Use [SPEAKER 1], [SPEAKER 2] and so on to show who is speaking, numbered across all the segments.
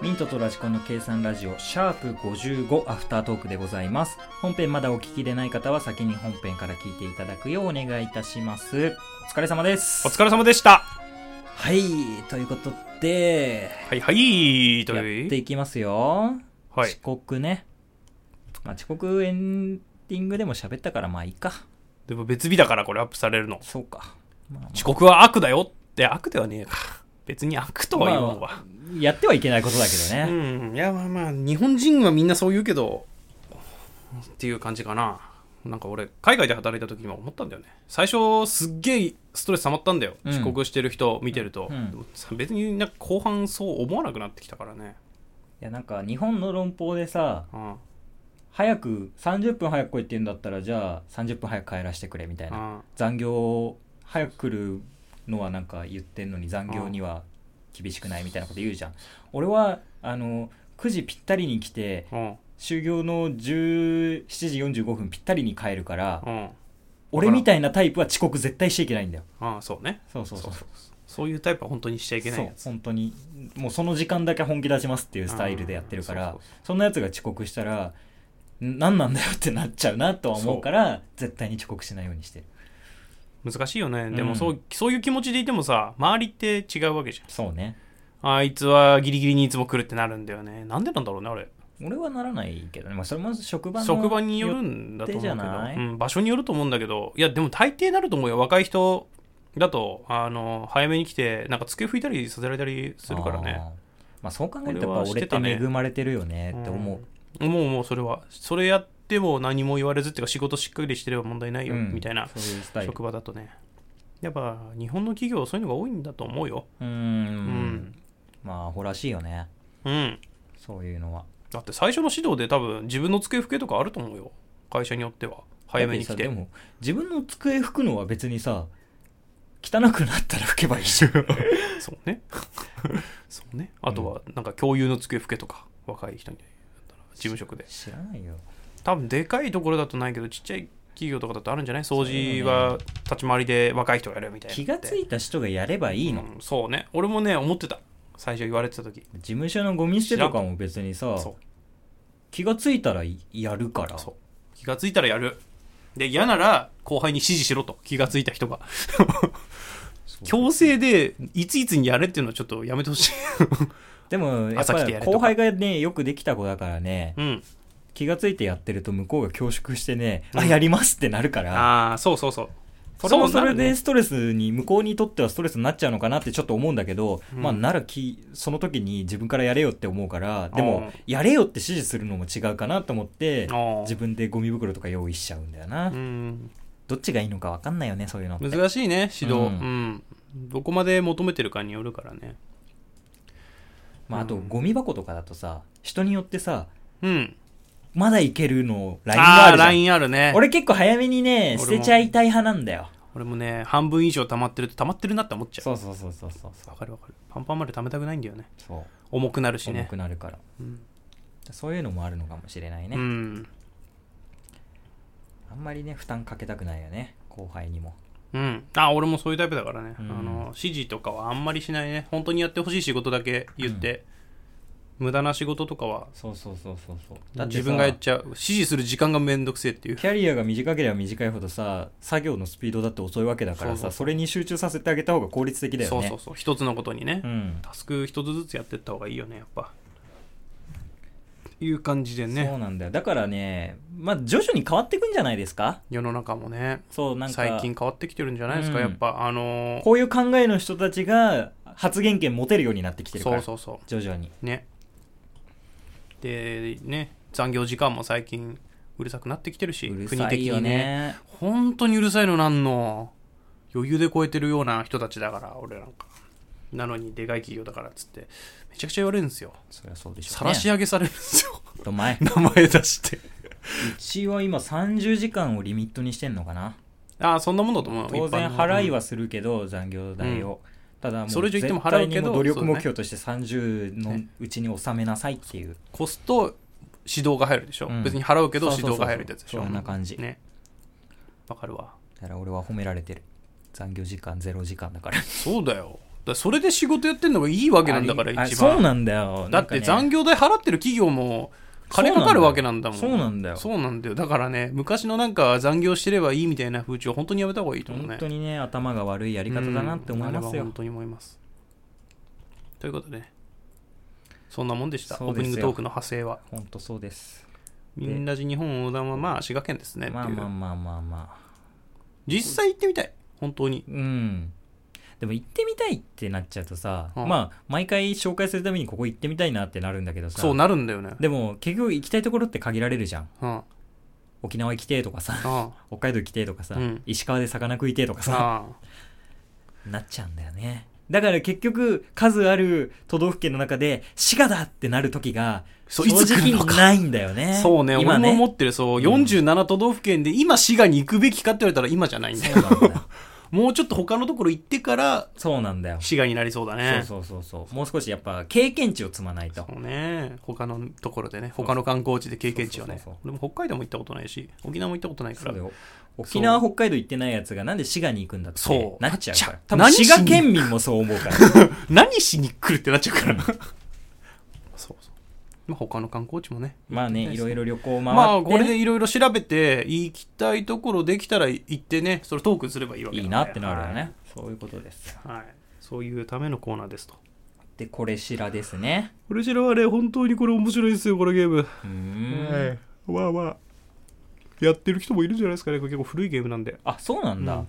[SPEAKER 1] ミントとラジコンの計算ラジオ、シャープ55アフタートークでございます。本編まだお聞きでない方は先に本編から聞いていただくようお願いいたします。お疲れ様です。
[SPEAKER 2] お疲れ様でした。
[SPEAKER 1] はい、ということで、
[SPEAKER 2] はいはい、と
[SPEAKER 1] やっ
[SPEAKER 2] いう
[SPEAKER 1] ていきますよ。
[SPEAKER 2] はい
[SPEAKER 1] 遅。刻ね。まあ、遅刻エンディングでも喋ったからまあいいか。
[SPEAKER 2] でも別日だからこれアップされるの。
[SPEAKER 1] そうか。まあまあ
[SPEAKER 2] 遅刻は悪だよって悪ではねえか。別に悪とは言わんわ。
[SPEAKER 1] やってはいけないことだけどね。
[SPEAKER 2] うん。いやまあまあ、日本人はみんなそう言うけど、っていう感じかな。なんか俺、海外で働いた時にも思ったんだよね。最初、すっげえストレス溜まったんだよ。
[SPEAKER 1] うん
[SPEAKER 2] 遅刻してる人見てると。
[SPEAKER 1] うん
[SPEAKER 2] でもさ別になんか後半そう思わなくなってきたからね。
[SPEAKER 1] いやなんか日本の論法でさ、
[SPEAKER 2] うん。
[SPEAKER 1] 早く30分早く来いって言うんだったらじゃあ30分早く帰らせてくれみたいな
[SPEAKER 2] うん
[SPEAKER 1] 残業早く来るのはなんか言ってんのに残業には厳しくないみたいなこと言うじゃん俺はあの9時ぴったりに来て
[SPEAKER 2] うん。
[SPEAKER 1] 就業の17時45分ぴったりに帰るから
[SPEAKER 2] うん。
[SPEAKER 1] 俺みたいなタイプは遅刻絶対しちゃいけないんだよ
[SPEAKER 2] うん。そうね。
[SPEAKER 1] そうそうそう
[SPEAKER 2] そういうタイプは本当にしちゃいけない
[SPEAKER 1] そ
[SPEAKER 2] や
[SPEAKER 1] う
[SPEAKER 2] つ。
[SPEAKER 1] 本当にもうその時間だけ本気出しますっていうスタイルでやってるから
[SPEAKER 2] うんそうそう
[SPEAKER 1] そんなやつが遅刻したらん何なんだよってなっちゃうなとは思うから絶対に遅刻しないようにしてる
[SPEAKER 2] 難しいよね
[SPEAKER 1] ん
[SPEAKER 2] でもそう,、そういう気持ちでいてもさ周りって違うわけじ
[SPEAKER 1] そうね
[SPEAKER 2] ゃんあいつはギリギリにいつも来るってなるんだよねなんでなんだろうねあれ
[SPEAKER 1] 俺はならないけどね、まあ、それも職場の
[SPEAKER 2] 職場によるんだと思うけ
[SPEAKER 1] よってじゃない
[SPEAKER 2] ど、うん、場所によると思うんだけどいやでも大抵なると思うよ若い人だとあの早めに来てなんか机拭いたりさせられたりするからね
[SPEAKER 1] あーまあそう考えるとやっぱ
[SPEAKER 2] 俺はし
[SPEAKER 1] 俺ってて
[SPEAKER 2] たね
[SPEAKER 1] 恵まれてるよねって思う、
[SPEAKER 2] もうもうそれはそれやっても何も言われずっていうか仕事しっかりしてれば問題ないよ、
[SPEAKER 1] うん
[SPEAKER 2] みたいな
[SPEAKER 1] そういうスタイル
[SPEAKER 2] 職場だとねやっぱ日本の企業はそういうのが多いんだと思うよ
[SPEAKER 1] うーん
[SPEAKER 2] うん、
[SPEAKER 1] まあアホらしいよね
[SPEAKER 2] うん、
[SPEAKER 1] そういうのは
[SPEAKER 2] だって最初の指導で多分自分の机拭けとかあると思うよ会社によっては早めに来
[SPEAKER 1] だってさでも自分の机拭くのは別にさ汚くなったら拭けばいいじ ゃん
[SPEAKER 2] そうねそうねあとはなんか共有の机拭けとか若い人にだったら事務職で
[SPEAKER 1] 知らないよ
[SPEAKER 2] 多分でかいところだとないけどちっちゃい企業とかだとあるんじゃない掃
[SPEAKER 1] そ
[SPEAKER 2] 除
[SPEAKER 1] う
[SPEAKER 2] は立ち回りで若い人がやるみたいな
[SPEAKER 1] 気がついた人がやればい
[SPEAKER 2] い
[SPEAKER 1] いの、
[SPEAKER 2] うん、そうね俺もね思ってた最初言われてた時
[SPEAKER 1] 事務所のゴミ捨てとかも別にさ
[SPEAKER 2] そう
[SPEAKER 1] 気がついたらやるから
[SPEAKER 2] そう気がついたらやるで嫌なら後輩に指示しろと気がついた人が強制でいついつにやれっていうのはちょっとやめてほしい
[SPEAKER 1] でもやっ
[SPEAKER 2] 朝
[SPEAKER 1] ぱ
[SPEAKER 2] 来て
[SPEAKER 1] り
[SPEAKER 2] やれとか
[SPEAKER 1] 後輩がねよくできた子だからね
[SPEAKER 2] うん
[SPEAKER 1] 気がついてやってると向こうが恐縮してね、
[SPEAKER 2] うん
[SPEAKER 1] あやりますってなるから
[SPEAKER 2] ああそうそうそう
[SPEAKER 1] それも
[SPEAKER 2] そ
[SPEAKER 1] そう
[SPEAKER 2] な
[SPEAKER 1] れ
[SPEAKER 2] るね
[SPEAKER 1] でストレスに向こうにとってはストレスになっちゃうのかなってちょっと思うんだけど、
[SPEAKER 2] うん
[SPEAKER 1] まあならきその時に自分からやれよって思うからで
[SPEAKER 2] うん
[SPEAKER 1] もやれよって指示するのも違うかなと思って
[SPEAKER 2] あ
[SPEAKER 1] 自分でゴミ袋とか用意しちゃうんだよな、
[SPEAKER 2] あうん
[SPEAKER 1] どっちがいいのか分かんないよねそういうのって
[SPEAKER 2] 難しいね指導
[SPEAKER 1] う
[SPEAKER 2] うんん、どこまで求めてるかによるからね
[SPEAKER 1] まあ、あと
[SPEAKER 2] うん
[SPEAKER 1] ゴミ箱とかだとさ人によってさ
[SPEAKER 2] うん
[SPEAKER 1] まだいけるのラインが
[SPEAKER 2] あ
[SPEAKER 1] あ
[SPEAKER 2] あ
[SPEAKER 1] るじゃん
[SPEAKER 2] ラインあるね俺
[SPEAKER 1] 俺結構早めにね
[SPEAKER 2] 俺
[SPEAKER 1] 捨
[SPEAKER 2] も
[SPEAKER 1] てちゃいたい派なんだよ
[SPEAKER 2] もね半分以上溜まってると溜まってるなって思っちゃ
[SPEAKER 1] そうそうそうそうそう
[SPEAKER 2] うわかるわかるパンパンまで溜めたくないんだよね
[SPEAKER 1] そう
[SPEAKER 2] 重くなるし
[SPEAKER 1] 重
[SPEAKER 2] ね
[SPEAKER 1] くなるから
[SPEAKER 2] うん、
[SPEAKER 1] そういうのもあるのかもしれないね、
[SPEAKER 2] うん
[SPEAKER 1] あんまりね負担かけたくないよね後輩にも
[SPEAKER 2] うん、あ俺もそういうタイプだからね、
[SPEAKER 1] うん
[SPEAKER 2] あの指示とかはあんまりしないね本当にやってほしい仕事だけ言って、無駄な仕事とかは
[SPEAKER 1] そうそうそうそうそうだってさ
[SPEAKER 2] 自分がやっちゃう指示する時間がめんどくせえっていう
[SPEAKER 1] キャリアが短ければ短いほどさ作業のスピードだって遅いわけだからさそ
[SPEAKER 2] そうそうそう
[SPEAKER 1] れに集中させてあげた方が効率的だよね
[SPEAKER 2] そうそうそう一つのことにね、
[SPEAKER 1] うん
[SPEAKER 2] タスク一つずつやってった方がいいよねやっぱいう感じで
[SPEAKER 1] そ
[SPEAKER 2] ね
[SPEAKER 1] うなんだよだからねまあ徐々に変わっていくんじゃないですか
[SPEAKER 2] 世の中もね
[SPEAKER 1] そうなんか
[SPEAKER 2] 最近変わってきてるんじゃないですか、
[SPEAKER 1] うん
[SPEAKER 2] やっぱあのー
[SPEAKER 1] こういう考えの人たちが発言権持てるようになってきてるか
[SPEAKER 2] そ
[SPEAKER 1] ら
[SPEAKER 2] うそうそ
[SPEAKER 1] 徐々に
[SPEAKER 2] うねでね残業時間も最近うるさくなってきてるし
[SPEAKER 1] うる
[SPEAKER 2] 国
[SPEAKER 1] さ
[SPEAKER 2] 的
[SPEAKER 1] いよ
[SPEAKER 2] にね
[SPEAKER 1] ね
[SPEAKER 2] 本当にうるさいのなんの余裕で超えてるような人たちだから俺なんかなのにでかい企業だからっつってめちゃくちゃ言われるんですよ
[SPEAKER 1] そりゃそうでしょうね
[SPEAKER 2] さらし上げされるんですよ
[SPEAKER 1] ちょっと前
[SPEAKER 2] 名前出して
[SPEAKER 1] うちは今30時間をリミットにしてんのかな
[SPEAKER 2] ああそんなもんだと思うよ
[SPEAKER 1] 当然
[SPEAKER 2] 一般の
[SPEAKER 1] 払いはするけど残業代を、ただもう
[SPEAKER 2] それ以上言っても
[SPEAKER 1] 絶
[SPEAKER 2] 払
[SPEAKER 1] 対
[SPEAKER 2] う
[SPEAKER 1] に
[SPEAKER 2] けど
[SPEAKER 1] もう努力
[SPEAKER 2] そうだね
[SPEAKER 1] 目標として30のうちに収めなさいっていう
[SPEAKER 2] コスト指導が入るでしょ、
[SPEAKER 1] うん
[SPEAKER 2] 別に払うけど
[SPEAKER 1] そうそ
[SPEAKER 2] 指
[SPEAKER 1] うそう
[SPEAKER 2] 導が入るってやつでしょ
[SPEAKER 1] そんな感じ
[SPEAKER 2] ねわかるわ
[SPEAKER 1] だから俺は褒められてる残業時間0時間だから
[SPEAKER 2] そうだよだからそれで仕事やってんのがいいわけなんだから一
[SPEAKER 1] あ
[SPEAKER 2] 番
[SPEAKER 1] そうなんだよ
[SPEAKER 2] だって残
[SPEAKER 1] 業
[SPEAKER 2] 業代払ってる企業も金かかるわけなんだもん
[SPEAKER 1] そうなんだよ
[SPEAKER 2] そうなんだよだからね昔のなんか残業してればいいみたいな風潮本当にやめた方がいいと思うね
[SPEAKER 1] 本当にね頭が悪いやり方だなって思いま
[SPEAKER 2] うんあ
[SPEAKER 1] す
[SPEAKER 2] れ
[SPEAKER 1] よ
[SPEAKER 2] は本当に思いますということでねそんなもんでした
[SPEAKER 1] そう
[SPEAKER 2] オー
[SPEAKER 1] ですよ
[SPEAKER 2] プニングトークの派生は
[SPEAKER 1] 本当そうです
[SPEAKER 2] みんなじ日本横断はまあ滋賀県ですねっていう、
[SPEAKER 1] まあまあまあまあまあ
[SPEAKER 2] 実際行ってみたい本当に
[SPEAKER 1] うんでも行ってみたいってなっちゃうとさ、
[SPEAKER 2] うん
[SPEAKER 1] まあ毎回紹介するためにここ行ってみたいなってなるんだけどさ
[SPEAKER 2] そうなるんだよね
[SPEAKER 1] でも結局行きたいところって限られるじゃん
[SPEAKER 2] うんうん
[SPEAKER 1] 沖縄行きてえとか さ
[SPEAKER 2] あ
[SPEAKER 1] 北海道行きてえとかさ、
[SPEAKER 2] うん
[SPEAKER 1] 石川で魚食いてえと かさ
[SPEAKER 2] あ
[SPEAKER 1] なっちゃうんだよねだから結局数ある都道府県の中で滋賀だってなる時が
[SPEAKER 2] そ
[SPEAKER 1] 正
[SPEAKER 2] ういつ来るの
[SPEAKER 1] 直
[SPEAKER 2] か
[SPEAKER 1] ないんだよね
[SPEAKER 2] そうね
[SPEAKER 1] 今
[SPEAKER 2] 俺も
[SPEAKER 1] ね
[SPEAKER 2] 思ってるそう47都道府県で今滋賀に行くべきかって言われたら今じゃないんだよ
[SPEAKER 1] そうなんだよ
[SPEAKER 2] もうちょっと他のところ行ってから
[SPEAKER 1] そうなんだよ
[SPEAKER 2] 滋賀になりそうだ ね
[SPEAKER 1] そうそうそうそうもう少しやっぱ経験値を積まないと
[SPEAKER 2] そうね他のところでね他の観光地で経験値をね
[SPEAKER 1] そうそうそう
[SPEAKER 2] 俺も北海道も行ったことないし沖縄も行ったことないか
[SPEAKER 1] そ
[SPEAKER 2] ら
[SPEAKER 1] うだよ沖縄北海道行ってないやつがなんで滋賀に行くんだって
[SPEAKER 2] そう
[SPEAKER 1] なっちゃうから多
[SPEAKER 2] なっ
[SPEAKER 1] 分
[SPEAKER 2] ちゃ
[SPEAKER 1] 滋
[SPEAKER 2] う
[SPEAKER 1] 賀県民もそう思うから
[SPEAKER 2] 何しに来るってなっちゃうからそうそうまあ他の観光地もね
[SPEAKER 1] ま あねいろいろ旅行
[SPEAKER 2] まあ
[SPEAKER 1] 回って
[SPEAKER 2] これ
[SPEAKER 1] ね
[SPEAKER 2] でいろいろ調べて行きたいところできたら行ってねそれトークすればいいわけ
[SPEAKER 1] い
[SPEAKER 2] だ
[SPEAKER 1] い
[SPEAKER 2] から
[SPEAKER 1] なってなるよねそういうことです
[SPEAKER 2] はい、はいそういうためのコーナーですと
[SPEAKER 1] でこれしらですね
[SPEAKER 2] これ知らはね本当にこれ面白いですよこのゲーム
[SPEAKER 1] うーん
[SPEAKER 2] いまあまあやってる人もいるんじゃないですかねこれ結構古いゲームなんで
[SPEAKER 1] あそうなんだ、
[SPEAKER 2] うん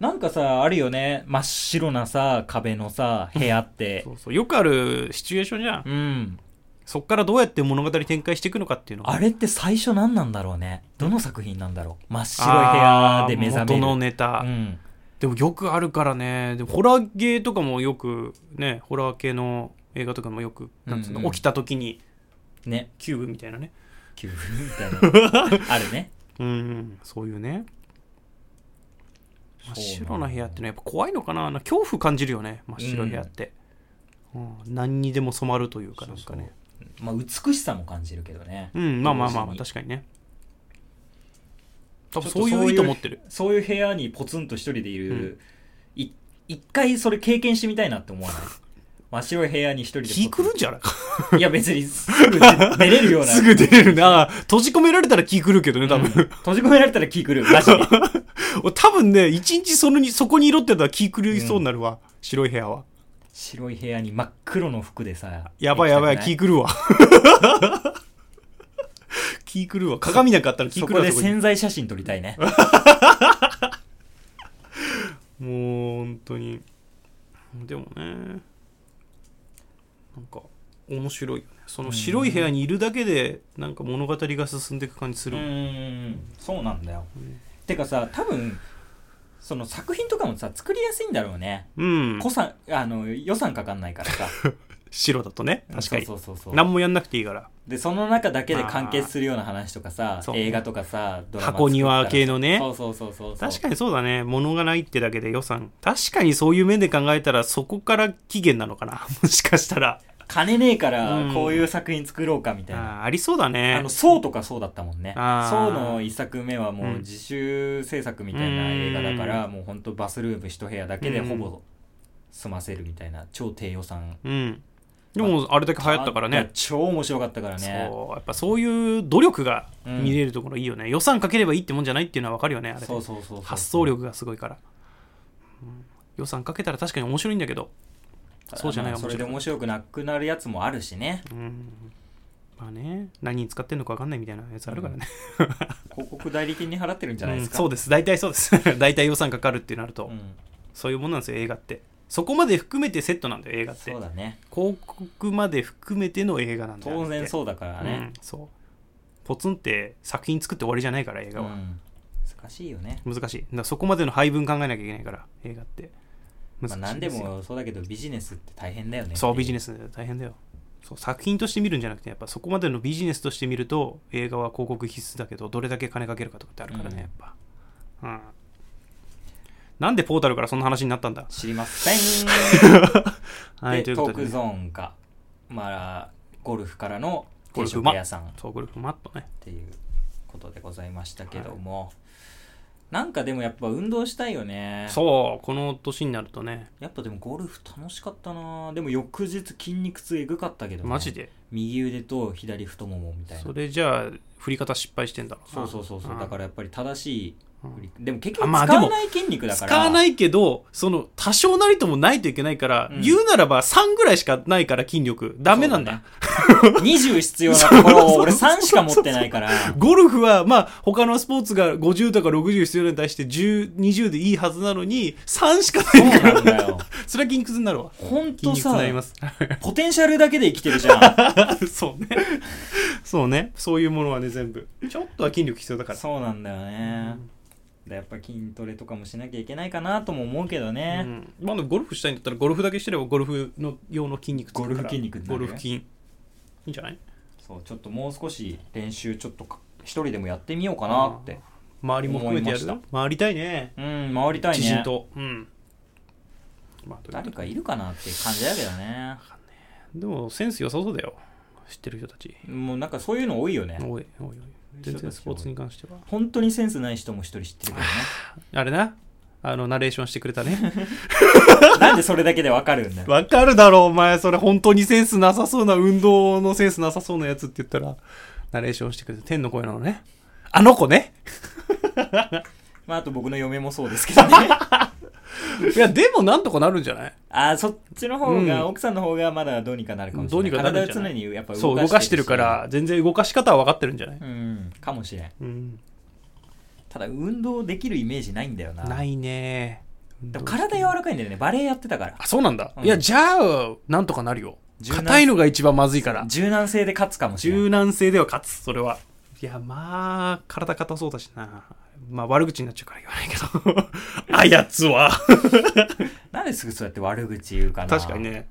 [SPEAKER 1] なんかさあるよね真っ白なさ壁のさ部屋って
[SPEAKER 2] そうそうよくあるシチュエーションじゃん
[SPEAKER 1] うん
[SPEAKER 2] そっからどうやって物語展開していくのかっていうのが
[SPEAKER 1] あれって最初何なんだろうねどの作品なんだろう真っ白い部屋で目覚め
[SPEAKER 2] あー
[SPEAKER 1] る
[SPEAKER 2] 元のネタ、
[SPEAKER 1] うん、
[SPEAKER 2] でもよくあるからねでもホラーゲーとかもよくねホラー系の映画とかもよくなんつうの、
[SPEAKER 1] うんうん
[SPEAKER 2] 起きた時に
[SPEAKER 1] ね
[SPEAKER 2] キューブみたいなね
[SPEAKER 1] キューブみたいな あるね
[SPEAKER 2] うん、うん、そういうね真っ白な部屋ってのはやっぱ怖いのかななんか恐怖感じるよね真っ白い部屋って、うん何にでも染まるというかなんかね
[SPEAKER 1] まあ美しさも感じるけどね
[SPEAKER 2] うんまあまあまあまあ
[SPEAKER 1] 同時に
[SPEAKER 2] 確かにね
[SPEAKER 1] ちょ
[SPEAKER 2] 多分
[SPEAKER 1] っ
[SPEAKER 2] そ
[SPEAKER 1] と
[SPEAKER 2] ういう意図持ってる
[SPEAKER 1] そういう部屋にポツンと一人でいる、
[SPEAKER 2] うん
[SPEAKER 1] い一回それ経験してみたいなって 思わない真っ白い部屋に一人で
[SPEAKER 2] 気
[SPEAKER 1] ポツ
[SPEAKER 2] 狂
[SPEAKER 1] ン
[SPEAKER 2] うんじゃない
[SPEAKER 1] いや別にすぐ出れるような
[SPEAKER 2] すぐ出れるな。閉じ込められたら気狂うけどね、多
[SPEAKER 1] うん
[SPEAKER 2] 分。
[SPEAKER 1] 閉じ込められたら気狂うマジで
[SPEAKER 2] 俺 多分ね、一日そのにそこにいろってたら気狂いそうになるわ。白い部屋は。
[SPEAKER 1] 白い部屋に真っ黒の服でさ
[SPEAKER 2] やばいやばい、
[SPEAKER 1] 行き
[SPEAKER 2] 気狂うわ。 気狂うわ。鏡なんかあったら気
[SPEAKER 1] たく
[SPEAKER 2] 狂
[SPEAKER 1] な
[SPEAKER 2] う
[SPEAKER 1] い
[SPEAKER 2] わ。
[SPEAKER 1] そこ
[SPEAKER 2] そ
[SPEAKER 1] で
[SPEAKER 2] こ
[SPEAKER 1] 潜
[SPEAKER 2] に
[SPEAKER 1] 在写真撮りたいね
[SPEAKER 2] もう、本当に。でもね、なんか、面白いよね。その白い部屋にいるだけで、なんか物語が進んでいく感じす
[SPEAKER 1] う
[SPEAKER 2] るもん。
[SPEAKER 1] ーんそうなんだよ、てかさ多分その作品とかもさ作りやすいんだろうね、
[SPEAKER 2] うん。
[SPEAKER 1] こさあの予算かかんないからさ
[SPEAKER 2] 白だとね、確かに。
[SPEAKER 1] そうそうそうそう
[SPEAKER 2] 何もやんなくていいから。
[SPEAKER 1] でその中だけで完結するような話とかさ
[SPEAKER 2] そう
[SPEAKER 1] 映画とかさドラマ
[SPEAKER 2] 箱庭系
[SPEAKER 1] の
[SPEAKER 2] のね。
[SPEAKER 1] そうそうそうそう
[SPEAKER 2] 確
[SPEAKER 1] か
[SPEAKER 2] かにそうだね物がないってだけで予算確かにそういう面で考えたらそこから期限なのかな もしかしたら
[SPEAKER 1] 金ねえか
[SPEAKER 2] う
[SPEAKER 1] ら
[SPEAKER 2] ん
[SPEAKER 1] こういう作品作ろうかみたいな、
[SPEAKER 2] あーありそうだね
[SPEAKER 1] あの、ソウとかそうだったもんね。ソ
[SPEAKER 2] あ
[SPEAKER 1] ウ
[SPEAKER 2] ー
[SPEAKER 1] の一作目はもう自主制作みたいな映画だから、もうほんとバスルーム一部屋だけでほぼ済ませるみたいな、超低予算。
[SPEAKER 2] うんでもあれだけ流行ったからね。
[SPEAKER 1] 超面白かったからね。
[SPEAKER 2] そうやっぱそういう努力が見れるところいいよね、予算かければいいってもんじゃないっていうのは分かるよねあれ
[SPEAKER 1] そうそうそうそう
[SPEAKER 2] 発想力がすごいから、うん予算かけたら確かに面白いんだけど
[SPEAKER 1] ただ
[SPEAKER 2] そうじゃない
[SPEAKER 1] まあそれで面
[SPEAKER 2] 面
[SPEAKER 1] 白くなくなるやつもあるしね。
[SPEAKER 2] うんまあね何に使ってんのか分かんないみたいなやつあるからね、
[SPEAKER 1] 広告代理店に払ってるんじゃないです
[SPEAKER 2] うん
[SPEAKER 1] か。
[SPEAKER 2] そうです大体そうです 大体予算かかるってなると、
[SPEAKER 1] うん
[SPEAKER 2] そういうもんなんですよ映画ってそこまで含めてセットなんだよ映画って
[SPEAKER 1] そうだね。
[SPEAKER 2] 広告まで含めての映画なんだよ
[SPEAKER 1] 当然
[SPEAKER 2] う
[SPEAKER 1] そうだから
[SPEAKER 2] ね、
[SPEAKER 1] ね
[SPEAKER 2] ん。そうポツンって作品作って終わりじゃないから映
[SPEAKER 1] う
[SPEAKER 2] 画は、
[SPEAKER 1] ん難しいよね。
[SPEAKER 2] 難しいだからそこまでの配分考えなきゃいけないから映画って難し
[SPEAKER 1] まあ
[SPEAKER 2] い
[SPEAKER 1] 何です
[SPEAKER 2] よ
[SPEAKER 1] もそうだけどビジネスって大変だよね。
[SPEAKER 2] そうビジネ
[SPEAKER 1] ス。
[SPEAKER 2] ス大変だよそう作品として見るんじゃなくてやっぱそこまでのビジネスとして見ると映画は広告必須だけどどれだけ金かけるかとかってあるからね、
[SPEAKER 1] うん
[SPEAKER 2] やっぱうんなんでポータルからそんな話になったんだ
[SPEAKER 1] 知りません
[SPEAKER 2] はいとい
[SPEAKER 1] でト
[SPEAKER 2] うこ
[SPEAKER 1] ー
[SPEAKER 2] とで
[SPEAKER 1] クゾーンがまあゴルフからの定
[SPEAKER 2] ゴルフ
[SPEAKER 1] 食屋さんっ
[SPEAKER 2] そうこれマットね
[SPEAKER 1] ていうことでございましたけども、なんかでもやっぱ運動したいよね
[SPEAKER 2] そうこの年になるとね
[SPEAKER 1] やっぱでもゴルフ楽しかったなでも翌日筋肉痛えぐかったけど、ね、
[SPEAKER 2] マジで
[SPEAKER 1] 右腕と左太ももみたいな
[SPEAKER 2] それじゃあ振り方失敗してんだろ
[SPEAKER 1] そうそうそうそうだかららやっぱり正しい
[SPEAKER 2] うん
[SPEAKER 1] 振りでも結局
[SPEAKER 2] あまあ
[SPEAKER 1] 使わない筋肉だから
[SPEAKER 2] 使わないいけどその多少なりともないといけないから、
[SPEAKER 1] うん
[SPEAKER 2] 言うならば3ぐらいしかないから筋力ダメなんだ
[SPEAKER 1] 20必要なところを俺3しか持ってないから
[SPEAKER 2] ゴルフは、まあ、他のスポーツが50とか60必要なのに対して10、20でいいはずなのに、3しか
[SPEAKER 1] そう
[SPEAKER 2] ないか
[SPEAKER 1] な
[SPEAKER 2] ら、
[SPEAKER 1] んだよ
[SPEAKER 2] それは筋肉痛になるわ。
[SPEAKER 1] ほん
[SPEAKER 2] 筋
[SPEAKER 1] と
[SPEAKER 2] 肉痛に
[SPEAKER 1] さ
[SPEAKER 2] なります。
[SPEAKER 1] ポテンシャルだけで生きてるじゃん
[SPEAKER 2] そうね。そうね。そういうものはね、全部。ちょっとは筋力必要だから。
[SPEAKER 1] そうなんだよねでやっぱ筋トレとかもしなきゃいけないかなとも思うけど
[SPEAKER 2] う
[SPEAKER 1] ね、
[SPEAKER 2] ん、まあ、でもゴルフしたいんだったら、ゴルフだけしてれば、ゴルフの用の筋肉つくか
[SPEAKER 1] ゴ
[SPEAKER 2] ら
[SPEAKER 1] ルフ筋肉にな
[SPEAKER 2] ゴ
[SPEAKER 1] るね
[SPEAKER 2] ルフ筋。いいんじゃない
[SPEAKER 1] そうちょっともう少し練習ちょっとか一人でもやってみようかなって
[SPEAKER 2] 周りも含めてやる
[SPEAKER 1] 思い
[SPEAKER 2] な。回りたいね。
[SPEAKER 1] うん回りたいね
[SPEAKER 2] 知人と。うん。まあ、ということで
[SPEAKER 1] 誰かいるかなって感じだけどね
[SPEAKER 2] でも、センス良さそうだよ。知ってる人たち。
[SPEAKER 1] もうなんかそういうの多いよね
[SPEAKER 2] おいおいおい全然スポーツに関しては
[SPEAKER 1] 本当にセンスない人も一人知ってるけどね
[SPEAKER 2] あれなあのナレーションしてくれたね
[SPEAKER 1] なんでそれだけでわかるんだよ
[SPEAKER 2] わかるだろお前それ本当にセンスなさそうな運動のセンスなさそうなやつって言ったらナレーションしてくれた天の声なのねあの子ね
[SPEAKER 1] まああと僕の嫁もそうですけどね
[SPEAKER 2] いやでもなんとかなるんじゃない
[SPEAKER 1] あーそっちの方が、
[SPEAKER 2] うん
[SPEAKER 1] 奥さんの方がまだどうにかなるかもしれ
[SPEAKER 2] どう
[SPEAKER 1] ない
[SPEAKER 2] にかなるんじゃ
[SPEAKER 1] 体
[SPEAKER 2] な
[SPEAKER 1] を常
[SPEAKER 2] い
[SPEAKER 1] にやっぱ動かしてるし
[SPEAKER 2] そう動かしてるから全然動かし方は分かってるんじゃない、
[SPEAKER 1] うんかもしれん
[SPEAKER 2] うん、
[SPEAKER 1] ただ運動できるイメージないんだよな
[SPEAKER 2] ないね
[SPEAKER 1] でも体柔らかいんだよねバレエやってたから
[SPEAKER 2] あそうなんだ、
[SPEAKER 1] うん
[SPEAKER 2] いやじゃあなんとかなるよ
[SPEAKER 1] 柔軟
[SPEAKER 2] 硬いのが一番まずいから
[SPEAKER 1] 柔軟性で勝つかもしれん
[SPEAKER 2] 柔軟性では勝つそれはいやまあ体硬そうだしなまあ悪口になっちゃうから言わないけど あやつは
[SPEAKER 1] なんですぐそうやって悪口言うかな
[SPEAKER 2] 確かにね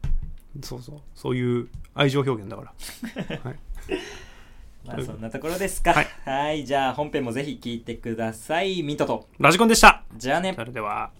[SPEAKER 2] そうそうそういう愛情表現だから
[SPEAKER 1] まあそんなところですか
[SPEAKER 2] はい
[SPEAKER 1] はいじゃあ本編もぜひ聞いてくださいミントと
[SPEAKER 2] ラジコンでした
[SPEAKER 1] じゃあね
[SPEAKER 2] それでは